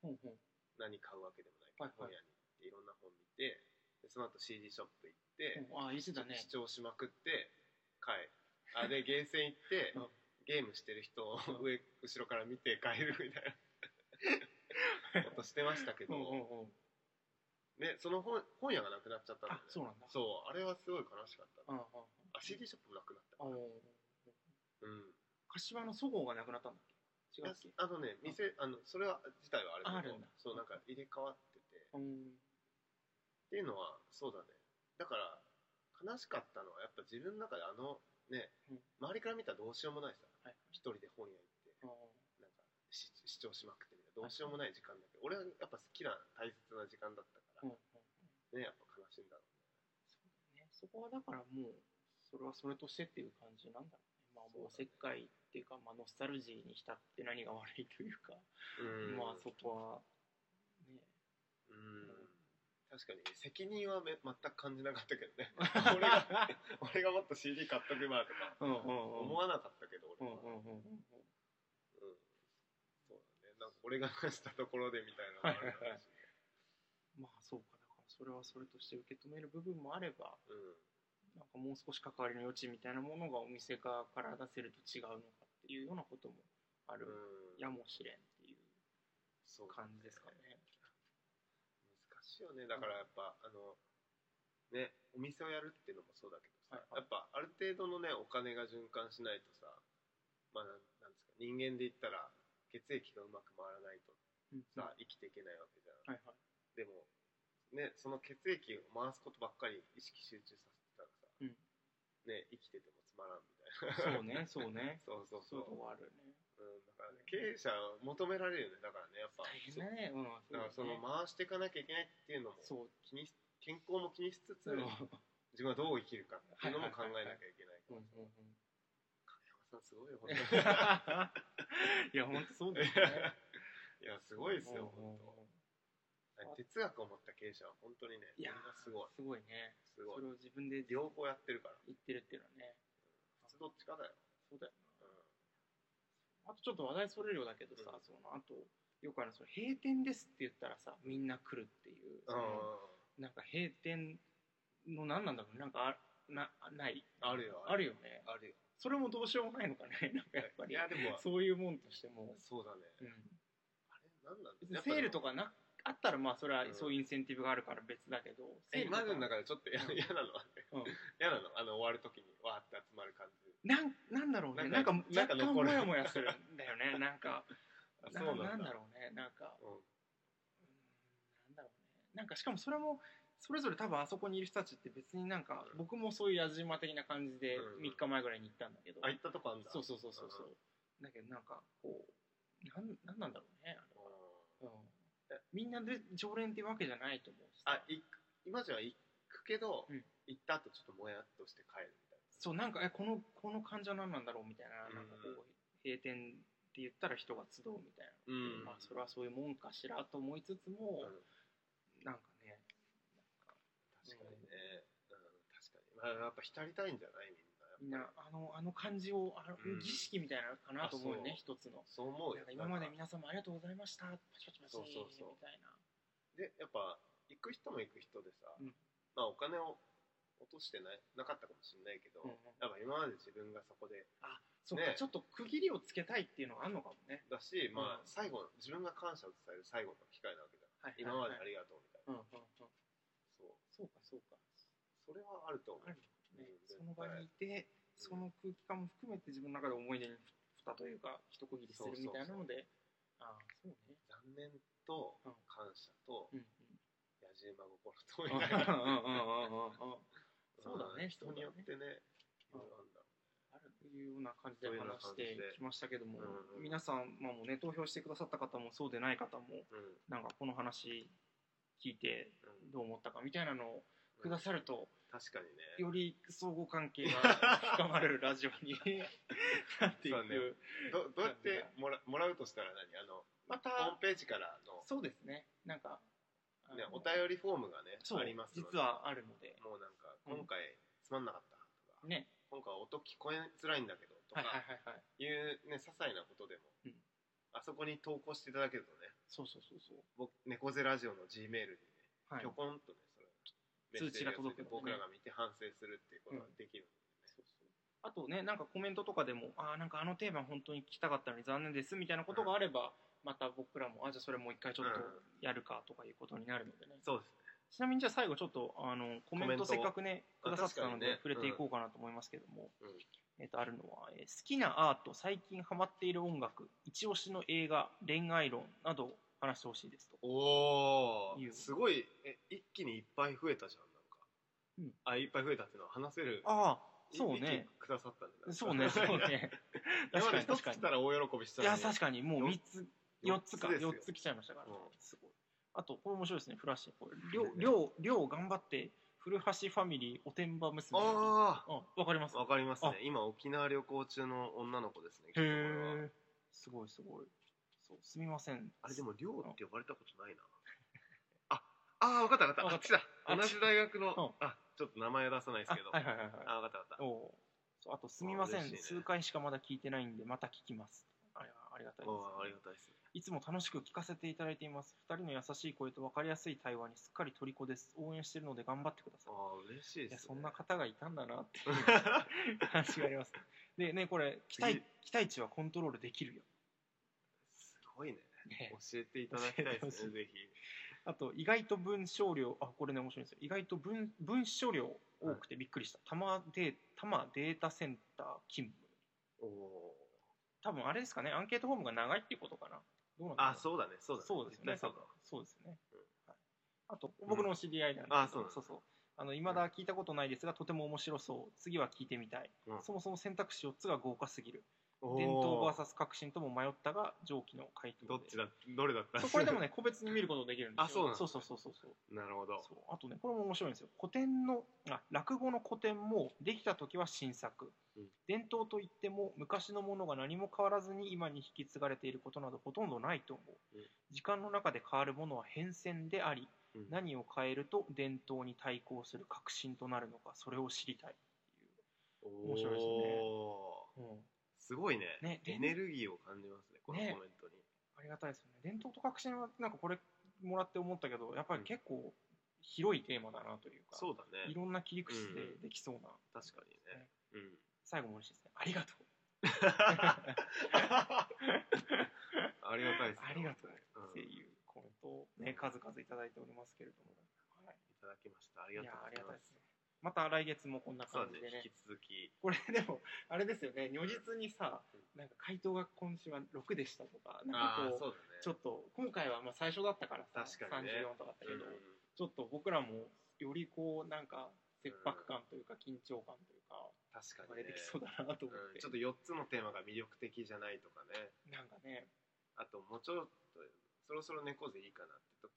行って、うんうん何買うわけでもないから、はいはい本屋に行って、いろんな本見て、でその後 CD ショップ行って、うんああ言ってたね視聴しまくって帰るあでゲーセン行って、うんゲームしてる人をう <laughs> ん上後ろから見て帰るみた <laughs> いなことしてましたけうど、んうんうんね、その本本屋がなくなっちゃったんだあよねそうなんだそうあれはすごい悲しかったうね、んうんあ CD ショップもなくなったあのうん柏のそごうがなくなったんだっけい違うやっけあのね店あのそれは自体はあれだあけあるんどだそうなんか入れ替わっててっうんていうのはそうだねだから悲しかったのはやっぱ自分の中であのね、うん周りから見たらどうしようもないさはい一人で本屋行ってなんかし視聴しまくってみたいなどうしようもない時間だけど俺はやっぱ好きな大切な時間だったうんうかんうんらねやっぱ悲しいんだろそうだね、そこはだからもうそれはそれとしてっていう感じなんだろうねまあもうおせっかいっていうか、まあ、ノスタルジーに浸って何が悪いというか、うねまあそこはねうん確かに責任はめ全く感じなかったけどね俺が俺がもっと CD 買っとけばと <laughs> うかんうんうん思わなかったけどうん俺は、うんうんうんうんそうだねなんか俺が話したところでみたいなのがあるからねまあそうかだからそれはそれとして受け止める部分もあればうんなんかもう少し関わりの余地みたいなものがお店側から出せると違うのかっていうようなこともあるうんやもしれんっていうそう感じですかね。難しいよねだからやっぱ、あのねお店をやるっていうのもそうだけどさ、はいはいやっぱある程度のねお金が循環しないとさまあなんなんですか人間で言ったら血液がうまく回らないとうんさ、生きていけないわけじゃんはいはいでもねその血液を回すことばっかり意識集中させてたらさ、うんね生きててもつまらんみたい <laughs> なそうね、そうね。そうそそうういうとそうこあるね。うん、だからね経営者は求められるよねだからねやっぱ大変だね。うん、だからその回していかなきゃいけないっていうのもそう気にし健康も気にしつつそう。自分はどう生きるかっていうのも考えなきゃいけないかうんうらんうんさんすごいよ、本当に。い <laughs> いや、本当そうですね。や、 <laughs> すごいですよ、うんうんうん本当。哲学を持った経営者は本当にね、いやーみんなすごい。すごいね。すごそいれ。を自分で言両方やってるから。ってるっていうのはね。普通どっちかだよ。そうだよ。うん。あとちょっと話題それるようだけどさ、うんそのあと、よくあるその閉店ですって言ったらさ、みんな来るっていう。なんか閉店の何なんだろうねなんかあなない。あるよあるよね。あるよ。それもどうしようもないのかね。 <laughs> なんかやっぱいり。や、でも、そういうもんとしても。そうだね。うんあれ、なんなん別にセールとか。かなあったらまあそれはうんそういうインセンティブがあるから別だけど、セーえ、ルとかマグの中でちょっとやうん嫌なのはねうん。嫌なのあの、終わるときに、わーって集まる感じ。なんなんだろうねななんんかかなん若か干残モるヤモヤするんだよねなん <laughs> かあななんだろうねなんかうん。うんなんだろうねなんかしかもそれもそれぞれ多分あそこにいる人たちって別になんかうん僕もそういう矢島的な感じでうん3日前ぐらいに行ったんだけど、あ、行ったとこあんだ。そうそうそうそうそうだけどなんかこうなんなんなんだろうねあうんれは、うん、みんなで常連ってわけじゃないと思うしさあ、行く、今じゃ行くけどうん、行った後ちょっともやっとして帰るみたいそうなんかえこのこの患者何なんだろうみたいなうなんんかこう閉店って言ったら人が集うみたいな。な、うまあ、それはそういうもんかしらと思いつつも、うんなんかね確かにね。うん、確かに。まあ、やっぱ浸りたいんじゃないみんな。みんなあのあの感じをあの、うん儀式みたいなのかなと思うよねあ一つのそう思うなよんか。今までなん皆か様ありがとうございましたパチパチパチそうそうそうみたいなで、やっぱ、行く人も行く人でさうん、まあ、お金を落としてない、なかったかもしれないけどうんうん、やっぱ今まで自分がそこで、そうか、ねちょっと区切りをつけたいっていうのがあるのかもねだし、まあう、ん最後の、自分が感謝を伝える最後の機会なわけじゃん。はい今まではあいりがとうみたいうな。んうんうんそう。そうかそうかそれはあると思あるう。のかねそのうん場にいて、その空気感も含めて自分の中で思い出に蓋というか一区切りするみたいなのでああそうね残念とうん、感謝と、うんうん野じ馬心と、うん <laughs> みたいうな。んうんうんうんそうだね人によってね、いそうだねろいろあるんだろうあるというような感じで話してきましたけども、うんうん皆さん、まあ、もうね投票してくださった方もそうでない方もうんなんかこの話聞いてうんどう思ったかみたいなのをくださると、確かにね。より相互関係が深まるラジオに <laughs> なっていくそうねどどうやってもらもらうとしたら何あの、またホームページからの、そうですねなんか、あのね、お便りフォームがねそうありますので実はあるのでもうなんかうん今回つまんなかったとか、ね今回音聞こえづらいんだけどとはいはいはいはかいいうね些細なことでも、うんあそこに投稿していただけるとねそうそうそうそう僕猫背ラジオの G メールにねはいひょこんとねそれ通知が届くメッセージがついて僕らが見て反省するっていうことができる、そうそうあとねなんかコメントとかでも「あーなんかあのテーマ本当に聞きたかったのに残念です」みたいなことがあれば、また僕らも「あじゃあそれもう一回ちょっとうんやるか」とかいうことになるのでね、そうですねちなみにじゃあ最後ちょっとあのコメコメンントトをせっかくねくださったの確かにでね触れていこうかなと思いますけども、うんえっとあるのは、えー好きなアート最近ハマっている音楽一押しの映画恋愛論などを話してほしいですとおいいおよすごいえ一気にいっぱい増えたじゃんなんか、うんあいっぱい増えたっていうのは話せるああいそうね一気にくださったんだそう <laughs> ね <laughs> そうね今確かまでに一確つか来にたら大喜びしたいのやに確かにもう3つ4つかですよ4つ来ちゃいましたからねうんすごいあとこれ面白いですねフラッシュこれ「りょうりょうりょう頑張って古橋ファミリーおてんば娘」ああわかりますあわかりますねあ今沖縄旅行中の女の子ですねきっとへこれはえすごいすごいそうすみませんあれでも寮って呼ばれたことないなああー分かった分かったわあかっっちだあっ同ちじ大学うんのあちょっと名前出さないですあけどはあいはいはいはい分かった分かっおーそうあと「すみませあん、嬉しいね数回しかまだ聞いてないんでまた聞きます」あれはありがたたいおでーありすがたいですねいつも楽しく聞かせていただいています2人の優しい声と分かりやすい対話にすっかり虜です応援してるので頑張ってくださあいあ嬉しいいでやすそねんな方がいたんだなっていう話がありますでねこれ期待期待値はコントロールできるよ、 <laughs> すごいねね、教えていただきたいですね教ぜひあと意外と文章量あこれね面白いんですよ意外と文文章量多くてびっくりした多摩デー多摩データセンター勤務おお多分あれですかねアンケートフォームが長いっていうことかなどうなんだろあそうだねそうだねそうですね絶対そうだわそうですね、うんはい、あと僕の知り合いなんですけど、うんあそうなんだそうそうあの未だ聞いたことないですがとても面白そう次は聞いてみたい、うんそもそも選択肢4つが豪華すぎる伝統おー VS 革新とも迷ったが上記の回答どでっちだどれだったそうこれでもね個別に見ることできるんですよあそうなんだそうそうそうそうそうなるほどそうあとねこれも面白いんですよ古典のあ落語の古典もできた時は新作、うん伝統といっても昔のものが何も変わらずに今に引き継がれていることなどほとんどないと思う、うん時間の中で変わるものは変遷であり、うん何を変えると伝統に対抗する革新となるのかそれを知りたい、面白いですねおーすごいねねでエネルギーを感じますねこのコメンねトに、ありがたいですよね伝統と革新はなんかこれもらって思ったけどやっぱり結構広いテーマだなというか、そうだいねろんな切り口でできそうな、確かにねうん <laughs> 最後も嬉しいですねありがとうありがたいですねありがとう本っ当ていにうんうコメントを、ね、数々いただいておりますけれども、はいただきましたあい、いりがやとうありがござたいですすいまねまた来月もこんなそう感だじねでね引き続きこれでもあれですよね如実にさなんか回答が今週は6でしたとかなんあかあこうそうだねちょっと今回はまあ最初だったからさ確かにね34とかだったけど、うんちょっと僕らもよりこうなんか切迫感というか緊張感というか、確かがに出ねてきそうだなと思っうんて、ちょっと4つのテーマが魅力的じゃないとかねなんかね <laughs> あともうちょっとそろそろ猫背いいかなって時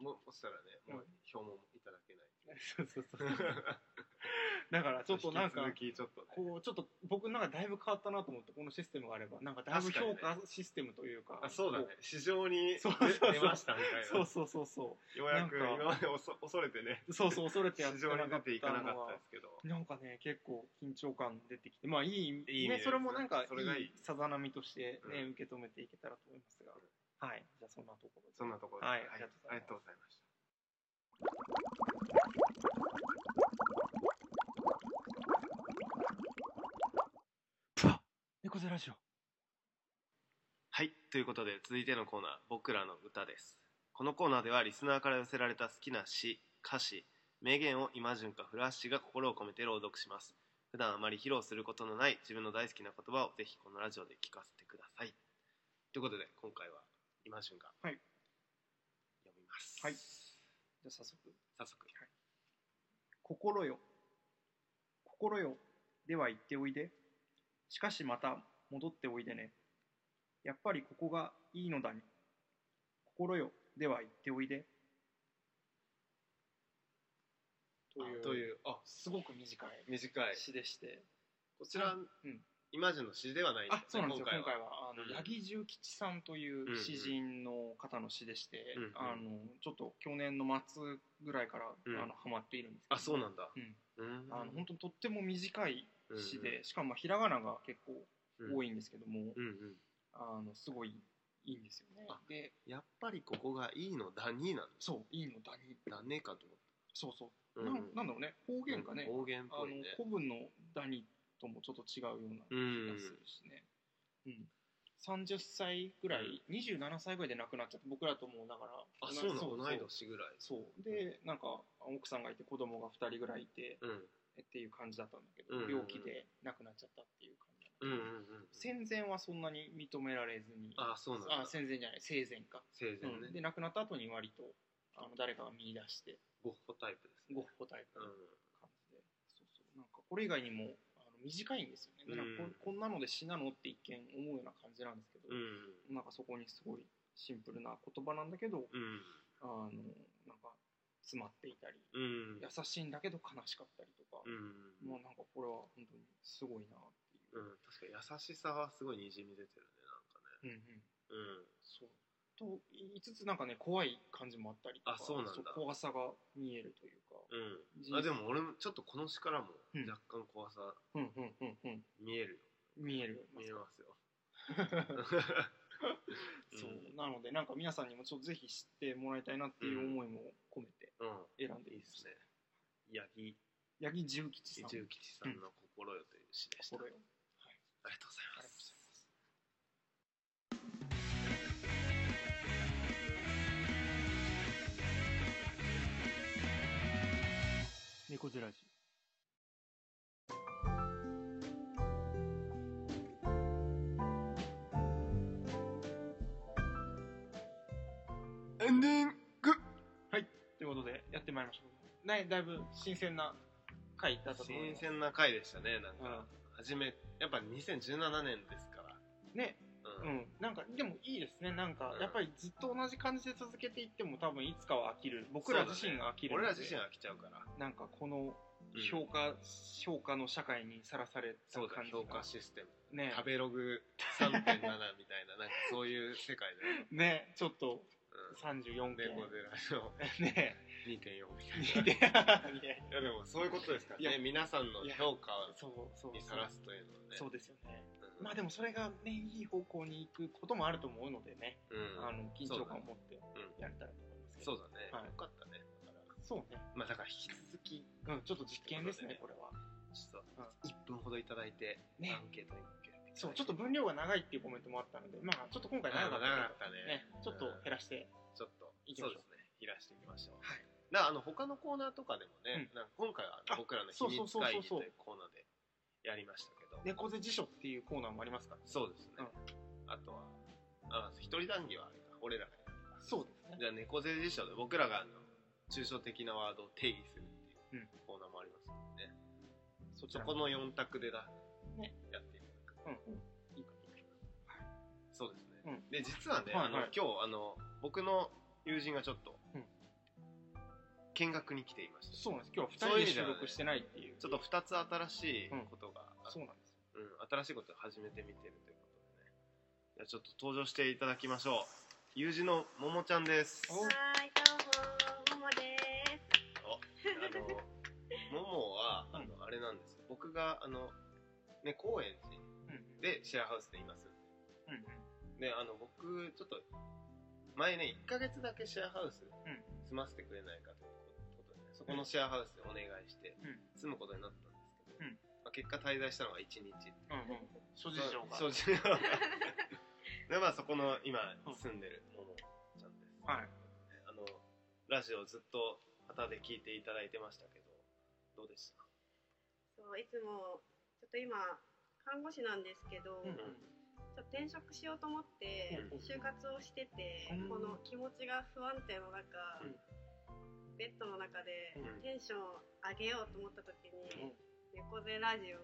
ももしたらねもう票もいただけないそうそうそうだからちょっとなんか引き続きちょっとねこうちょっと僕の中だいぶ変わったなと思ってこのシステムがあればなんかだいぶ確か評にね価システムというかあそうだね市場にそうそ出うそう出ましたみたいなそうそうそうそようやくなんか今までおそ恐れてねうそうそう恐れて市やって場なにか出っていたかなかのったがですけどなんかね結構緊張感出てきてまあいいいい意味でねすねそれもなんかいそれがいいいさざ波としてね、うん受け止めていけたらと思いますが、はいじゃあそんなところでそんなところでははいあありりががととううごござざいいまますした猫背ラジオはいということで続いてのコーナー「僕らの歌」ですこのコーナーではリスナーから寄せられた好きな詩歌詞名言をイマジュンかフラッシュが心を込めて朗読します普段あまり披露することのない自分の大好きな言葉をぜひこのラジオで聞かせてくださいということで今回はイマジュンがはい読みますはいじゃあ早速早速心よ心よでは行っておいでしかしまた戻っておいでねやっぱりここがいいのだに心よでは行っておいでというあというあすごく短い短い詩でして、こちら、うんイマジュンの詩ではないんあそうなんですよ今回はあの、うん八木重吉さんという詩人の方の詩でして、うんうんあのちょっと去年の末ぐらいから、うんあのハマっているんですけどあそうなんだうんうんあの本当にとっても短い詩うんでしかもまあひらがなが結構うん多いんですけどもうんうんあのすごいいいんですよねあでやっぱりここがいいのだになんですそういいのだにだねかと思っそうそたうなんなんだろうね方言かね方言っあのぽいね古文のだにともちょっと違うようなう気んがするしねうん30歳ぐらい27歳ぐらいで亡くなっちゃって僕らともうだからあそうなの同同じい年ぐらいそうでなんか奥さんがいて子供が2人ぐらいいてうんっていう感じだったんだけどうんうんうん病気で亡くなっちゃったっていう感じなんだけうどんうんうん戦前はそんなに認められずにあそうなんだあ戦前じゃない生前か、生前うんねで亡くなった後に割とあの誰かが見出してゴッホタイプですねゴッホタイプうのん感じで、そうそうなんかこれ以外にもあの短いんですよねなんかこ,、うこんんなので死なのって一見思うような感じなんですけど、うんなんかそこにすごいシンプルな言葉なんだけどうんあのなんか詰まっていたりうん優しいんだけど悲しかったりとか、うんもうなんかこれは本当にすごいなっていうう、ん確か優しさはすごいにじみ出てるねうんうんなんかねそうと言いつつなんかね怖い感じもあったりとかあそうなんだ怖さが見えるというかうんうんあでも俺もちょっとこの詩からもうん若干怖さうんうんうんうん見えるよ見える見 <laughs> えますよ <laughs> そううなのでなんか皆さんにもちょっとぜひ知ってもらいたいなっていう思いも込めてうん選んでいいいいでですすね。八木八木重吉さん重吉さんの心よという詩でした。心よありがとうございあまりがとうございす。ます猫背ラジエンディング。ということでやってまいりましたねだいぶ新鮮な回だったと思いま新す鮮な回でしたね。なんうんか初めやっぱ2017年ですから。うん、なんかでもいいですねなんかやっぱりずっと同じ感じで続けていっても多分いつかは飽きる僕ら自身が飽きるの俺でら自身飽きちゃうからなんかこのうん評価、評価の社会にさらされたそうだ感じ評価がシステムね食べログ3.7みたいななんかそういう世界 <laughs> だよ、ねちょっとう34ん、レモ件デラの <laughs> ね2.4みたい見ていやないやでもそういうことですからいやね皆さんの評価そうそうにさらすというのはねそうですよねうんまあでもそれがねいい方向に行くこともあると思うのでね、うんあの緊張感を持ってうやれたらと思いますけど、そうだね、はいよかったねだからそうねまあだから引き続きうんちょっと実験ですねこれはちょっと1分ほどいただいて、ねアンケートに受けてそうちょっと分量が長いっていうコメントもあったのでまあちょっと今回長かったけど長かったねねちょっと減らしてちょっと行きそまうしでょうすね減らしていきましょうはいだからあの他のコーナーとかでもね、なんか今回はあのあ僕らの秘そうそう密そう会そう議というコーナーでやりましたけど猫背辞書っていうコーナーもありますからそうですね、あとはあ一人談義はあれか俺らがやるかそうですねじゃあ猫背辞書で僕らがあの抽象的なワードを定義するっていううんコーナーもありますのでね、そちそらこもの4択でだ、ねやっていただくうんうんいいかいいかそうですね、うんで実はね、はいあのはい今日あの僕の友人がちょっと、うん見学に来ていましたそうなんです今日そうはいう2意人味で収ではね録してないっていうちょっと2つ新しいことが、そうなんですうん新しいことを始めてみてるということでねじゃあちょっと登場していただきましょう友人のももちゃんですおはい、どうも、ももです。あのももはあの、うあれなんですよ僕があの、ね、高円寺うんうんでシェアハウスでいますうんうんであの僕ちょっと前ね1ヶ月だけシェアハウスん住ませてくれないかということで、ね、そこのシェアハウスでお願いしてうん住むことになったんですけど、うんまあ、結果滞在したのが1日うんうん諸事情がそう諸事情が <laughs> でまあそこの今住んでるももちゃんです、はいあのラジオずっと旗で聞いていただいてましたけどどう <laughs> でしたそう、いつも、ちょっと今、看護師なんですけど、うんちょっと転職しようと思ってうん、就活をしてて、うんこの気持ちが不安定の中、ベッドの中でうんテンション上げようと思った時うにん、猫背ラジオ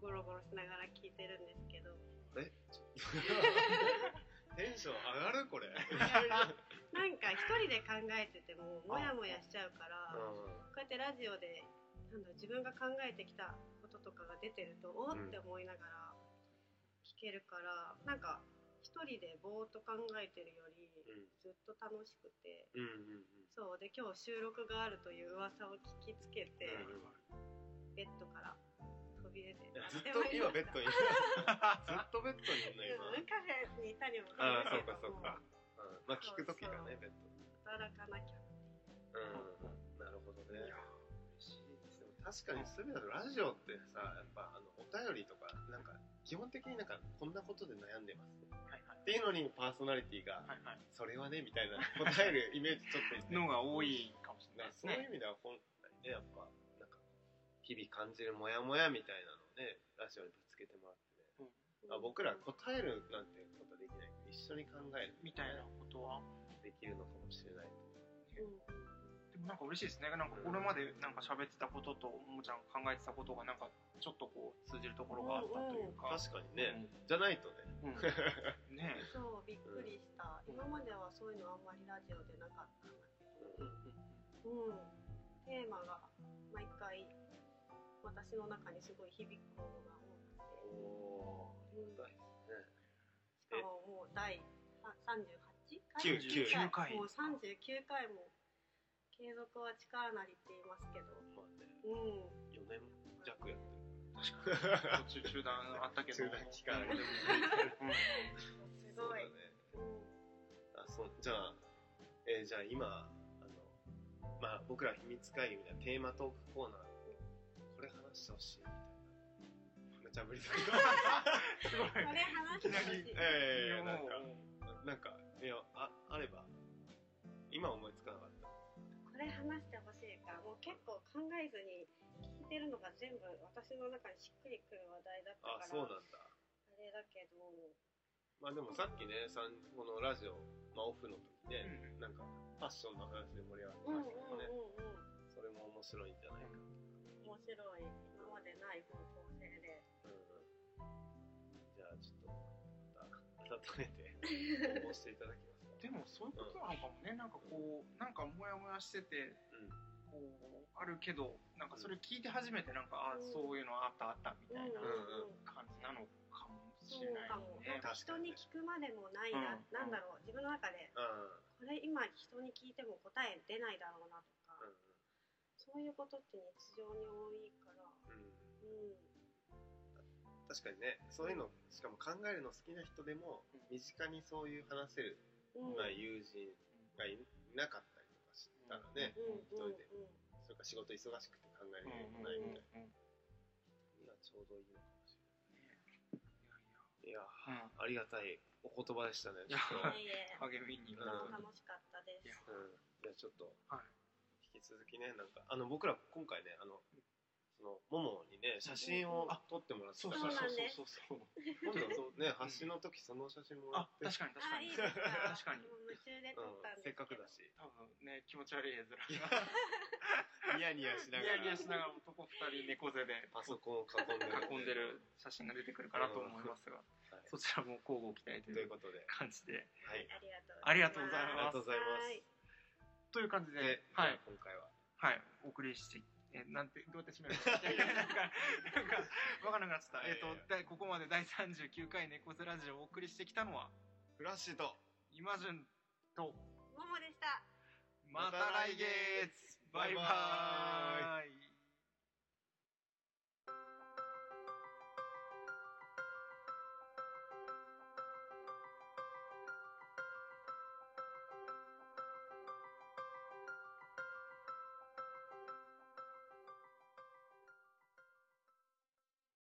ゴロゴロしながら聞いてるんですけど、えちょテンション上がるこれ、なんか一人で考えてても、もやもやしちゃうから、こうやってラジオでなんだろう自分が考えてきたこととかが出てるとおーって思いながら聞けるから、なんか一人でぼーっと考えてるよりずっと楽しくてうんうんうんそうで今日収録があるという噂を聞きつけて、うんうんベッドから飛び出て <laughs> いやずっと今ベッ <laughs> ドにいるずっとベッドにいるの今、うんカフェにいたりもああすそうけどかそうか、うん、まあ聞く時がねベッド働かなきゃうんなるほどねいや嬉しいですでも確かにそういう意味だとラジオってさやっぱあのお便りとかなんか基本的になんかこんなことで悩んでますはいはいっていうのにパーソナリティがはいはいそれはねみたいな答えるイメージちょっと <laughs> <laughs> のが多いかもしれななんいかですそういうね意味では本来ねやっぱなんか日々感じるモヤモヤみたいなのをねラジオにぶつけてもらってねあ僕ら答えるなんてことはできないけど一緒に考えるみたいなことはできるのかもしれないうんうんでもなんか嬉しいですねなんかこれまでなんか喋ってたこととももちゃんが考えてたことがなんかちょっとこう通じるところがあったというか確かにね、じゃないとねうんうんね <laughs> そうびっくりした、今まではそういうのあんまりラジオでなかったんだけど、うん、テーマが毎回私の中にすごい響くものが多くておうん大しかももう第あ 38? 回九九九 <laughs> 回もう39回も継続は力なりって言いますけどまあねうん4年弱やって途中中断あったけど中断期 <laughs> 間うんうんするごい <laughs> そうだねうんあそうじゃあえーじゃあ今あのまあ僕ら秘密会議みたいなテーマトークコーナーこれ話してほしいみたいな無茶ぶりだけどすごいそれ <laughs> 話してほしいいきうんええなんかもうなんかいやああれば今思いつかなかったこれ話してほしいからもう結構考えずに聞いてるのが全部私の中にしっくりくる話題だったあからそうなんだあれだけどまあでもさっきねさんこのラジオ、まあ、オフの時うね、んなんかファッションの話で盛り上がってうんうんましたけどね、うんうんそれも面白いんじゃないか面白い今までない方向性でうんじゃあちょっとま例 <laughs> えて応募していただけますかでもそういうことなのかもね、なんかこうなんかモヤモヤしててこうあるけどなんかそれ聞いて初めてなんか、あうんそういうのあったあったみたいなうんうんうん感じなのかもしそうれないかも、ねなんか人に聞くまでもないな、うんなんだろう自分の中でうんこれ今人に聞いても答え出ないだろうなとか、そういうことって日常に多いから、うんうんうん、確かにねそういうのしかも考えるの好きな人でも身近にそういう話せる、うん、まあ、友人がいなかったりとかしたらね、うんうんうん一人でそれから仕事忙しくて考えることないみたいなにはちょうどいいのかもしれないいやありがたいお言葉でしたねいやちょっといえいえ、と励みになうんる楽しかったです。うん、いやちょっと、はい引き続きねなんかあの僕ら今回ねあのそのももにね写真をあ撮ってもらってたそうかそうらそうなんですそうそう今度ね発信の時その写真もらあって、確かに確かあ、いにいですか。確かにもう夢中で撮うったんん、ですせっけど。かくだし多分ね気持ち悪い絵面がニヤニヤしなニがヤらニヤしながら男2人猫背でパソコンを囲んで囲んでる写真が出てくるかなと思いますがはいそちらも交互期待とというういことで感じではいありがとありがとうごう。ざいありまがすとうございます、はいという感じでで、はい今回ははい、お送りして、えなんて、どうやって締め <laughs> るか、なんか、なんか、わからなくなっちゃった。えっ、いやいやいと、だいここまで第39回猫背ラジオをお送りしてきたのは、フラッシュとイマジュンと、ももでした。また来月バイバーイ